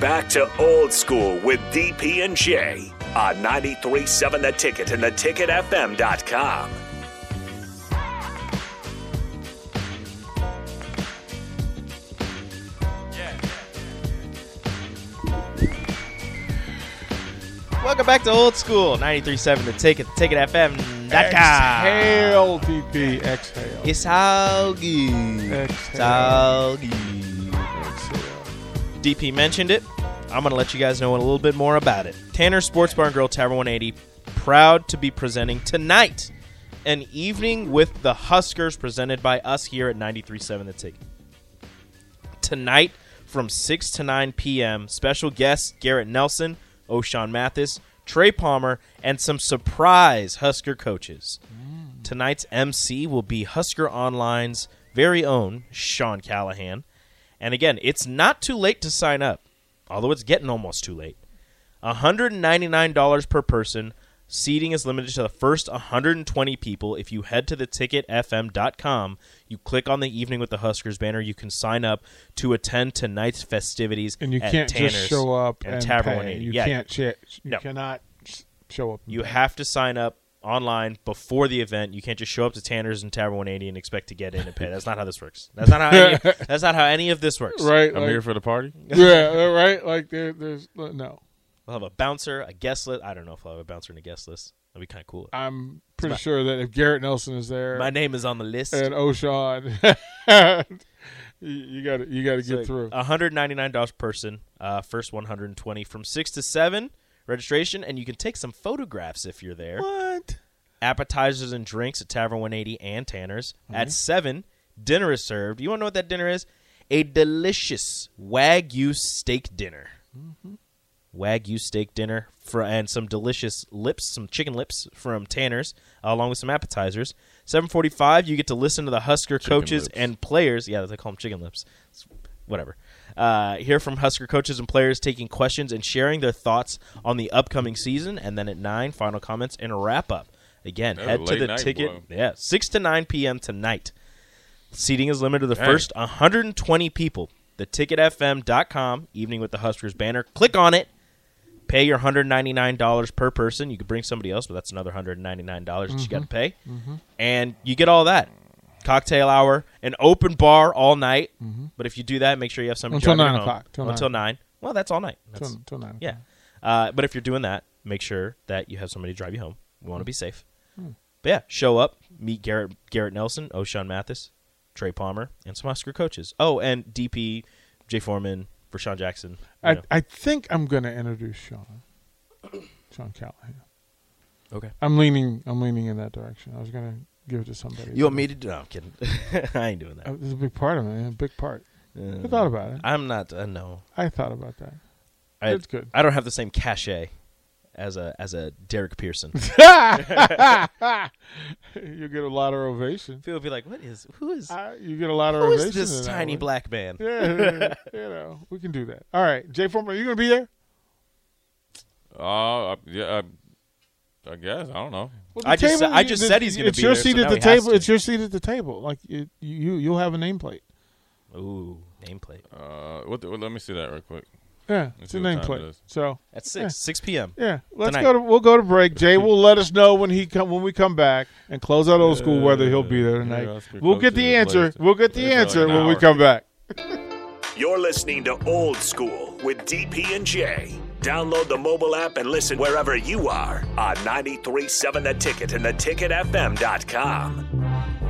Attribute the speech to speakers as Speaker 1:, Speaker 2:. Speaker 1: back to old school with DP and J on 93.7 The Ticket and theticketfm.com.
Speaker 2: Welcome back to Old School 93.7 The Ticket, ticketfm.com.
Speaker 3: Exhale, DP. Exhale.
Speaker 2: It's all good. It's all good.
Speaker 3: Exhale.
Speaker 2: DP mentioned it. I'm going to let you guys know a little bit more about it. Tanner Sports Bar and Grill Tower 180, proud to be presenting tonight an evening with the Huskers presented by us here at 93.7 The Ticket. Tonight from 6 to 9 p.m., special guests Garrett Nelson, O'Shawn Mathis, Trey Palmer, and some surprise Husker coaches. Tonight's MC will be Husker Online's very own Sean Callahan. And again, it's not too late to sign up, although it's getting almost too late. $199 per person. Seating is limited to the first 120 people. If you head to theticketfm.com, you click on the Evening with the Huskers banner, you can sign up to attend tonight's festivities.
Speaker 3: And you
Speaker 2: at
Speaker 3: can't
Speaker 2: Tanner's
Speaker 3: just show up
Speaker 2: and,
Speaker 3: and
Speaker 2: Tavern
Speaker 3: pay.
Speaker 2: 180.
Speaker 3: You
Speaker 2: yeah,
Speaker 3: can't. Ch- you
Speaker 2: No.
Speaker 3: cannot sh- show up. and
Speaker 2: you
Speaker 3: pay.
Speaker 2: have to sign up online before the event. You can't just show up to Tanner's and Tavern 180 and expect to get in and pay. That's not how this works. That's not how any, that's not how any of this works.
Speaker 3: Right.
Speaker 4: I'm
Speaker 3: like-
Speaker 4: here for the party.
Speaker 3: yeah. Right. Like there, there's
Speaker 2: uh,
Speaker 3: no.
Speaker 2: I'll have a bouncer, a guest list. I don't know if I'll have a bouncer and a guest list. That'd be kind of cool.
Speaker 3: I'm pretty sure that if Garrett Nelson is there
Speaker 2: My name is on the list.
Speaker 3: and O'Shawn, you got to you got to get through.
Speaker 2: uh, $199 per person, uh, first 120 from 6 to 7 registration and you can take some photographs if you're there.
Speaker 3: what?
Speaker 2: Appetizers and drinks at Tavern 180 and Tanner's. At 7, dinner is served. You want to know what that dinner is? A delicious Wagyu steak dinner. Wagyu steak dinner for, and some delicious lips, some chicken lips from Tanner's, along with some appetizers. 7:45, you get to listen to the Husker coaches
Speaker 4: lips.
Speaker 2: and players. Yeah, they call them chicken lips. It's- whatever. Uh, hear from Husker coaches and players taking questions and sharing their thoughts on the upcoming season. And then at nine, final comments and a wrap up. Again,
Speaker 4: That was
Speaker 2: head
Speaker 4: a
Speaker 2: to
Speaker 4: Oh, late
Speaker 2: the
Speaker 4: night,
Speaker 2: ticket.
Speaker 4: boy.
Speaker 2: Yeah, six to nine p.m. tonight. Seating is limited to the
Speaker 4: Dang.
Speaker 2: first 120 people. The ticketfm.com evening with the Huskers banner. Click on it. Pay your $199 per person. You could bring somebody else, but that's another $199 dollars that you got to
Speaker 3: Mm-hmm.
Speaker 2: pay. And you get all that. Cocktail hour, an open bar all night. But if you do that, make sure you have somebody
Speaker 3: Mm-hmm. Until
Speaker 2: driving
Speaker 3: nine
Speaker 2: home.
Speaker 3: o'clock, till
Speaker 2: Until
Speaker 3: nine.
Speaker 2: nine. Well, that's all night. That's,
Speaker 3: Till- till nine
Speaker 2: yeah. Uh, but if you're doing that, make sure that you have somebody to drive you home. We want to
Speaker 3: Hmm.
Speaker 2: be safe. But yeah, show up, meet Garrett Garrett Nelson, O'Shawn Mathis, Trey Palmer, and some Oscar coaches. Oh, and DP, Jay Foreman, Rashawn Jackson. you
Speaker 3: I,
Speaker 2: know.
Speaker 3: I think I'm going to introduce Sean. Sean Callahan.
Speaker 2: Okay.
Speaker 3: I'm leaning. I'm leaning in that direction. I was going to give it to somebody.
Speaker 2: You want me to do? No, I'm kidding. I ain't doing
Speaker 3: Uh,
Speaker 2: that.
Speaker 3: It's a big part of it. man, A big part. I
Speaker 2: Uh,
Speaker 3: thought about it.
Speaker 2: I'm not. Uh, no,
Speaker 3: I thought about that.
Speaker 2: I,
Speaker 3: That's good.
Speaker 2: I don't have the same cachet as a as a Derek Pearson.
Speaker 3: You get a lot of ovation.
Speaker 2: People would be like, "What is? Who is?
Speaker 3: I, you get a lot of
Speaker 2: who
Speaker 3: ovation.
Speaker 2: is
Speaker 3: in
Speaker 2: this
Speaker 3: that
Speaker 2: tiny
Speaker 3: one.
Speaker 2: black man?"
Speaker 3: Yeah, you know, we can do that. All right, Jay Former, are you going to be there?
Speaker 4: Uh, I- yeah, I, I guess I don't know.
Speaker 3: Well,
Speaker 2: I just sa- I
Speaker 3: you-
Speaker 2: just
Speaker 3: the-
Speaker 2: said he's gonna
Speaker 3: It's
Speaker 2: be
Speaker 3: your
Speaker 2: there, so
Speaker 3: seat
Speaker 2: now
Speaker 3: at the
Speaker 2: he has
Speaker 3: table.
Speaker 2: to.
Speaker 3: It's your seat at the table. Like it, you, you'll have a nameplate.
Speaker 2: Ooh, nameplate.
Speaker 4: Uh, what the, well, let me see that real quick.
Speaker 3: Yeah, it's
Speaker 4: see
Speaker 3: a
Speaker 4: what time it
Speaker 3: nameplate.
Speaker 4: is.
Speaker 3: So
Speaker 2: At six
Speaker 3: Yeah.
Speaker 2: six p.m.
Speaker 3: yeah, let's
Speaker 2: Tonight.
Speaker 3: go to. We'll go to break. Jay will let us know when he come when we come back and close out old school whether he'll be there
Speaker 4: Yeah,
Speaker 3: tonight.
Speaker 4: that's pretty
Speaker 3: We'll
Speaker 4: close
Speaker 3: get
Speaker 4: to
Speaker 3: the
Speaker 4: the
Speaker 3: answer.
Speaker 4: place.
Speaker 3: We'll get the
Speaker 4: It's like
Speaker 3: answer
Speaker 4: an
Speaker 3: when we
Speaker 4: hour.
Speaker 3: come back.
Speaker 1: You're listening to Old School with DP and J. Download the mobile app and listen wherever you are on 93.7 The Ticket and theticketfm.com.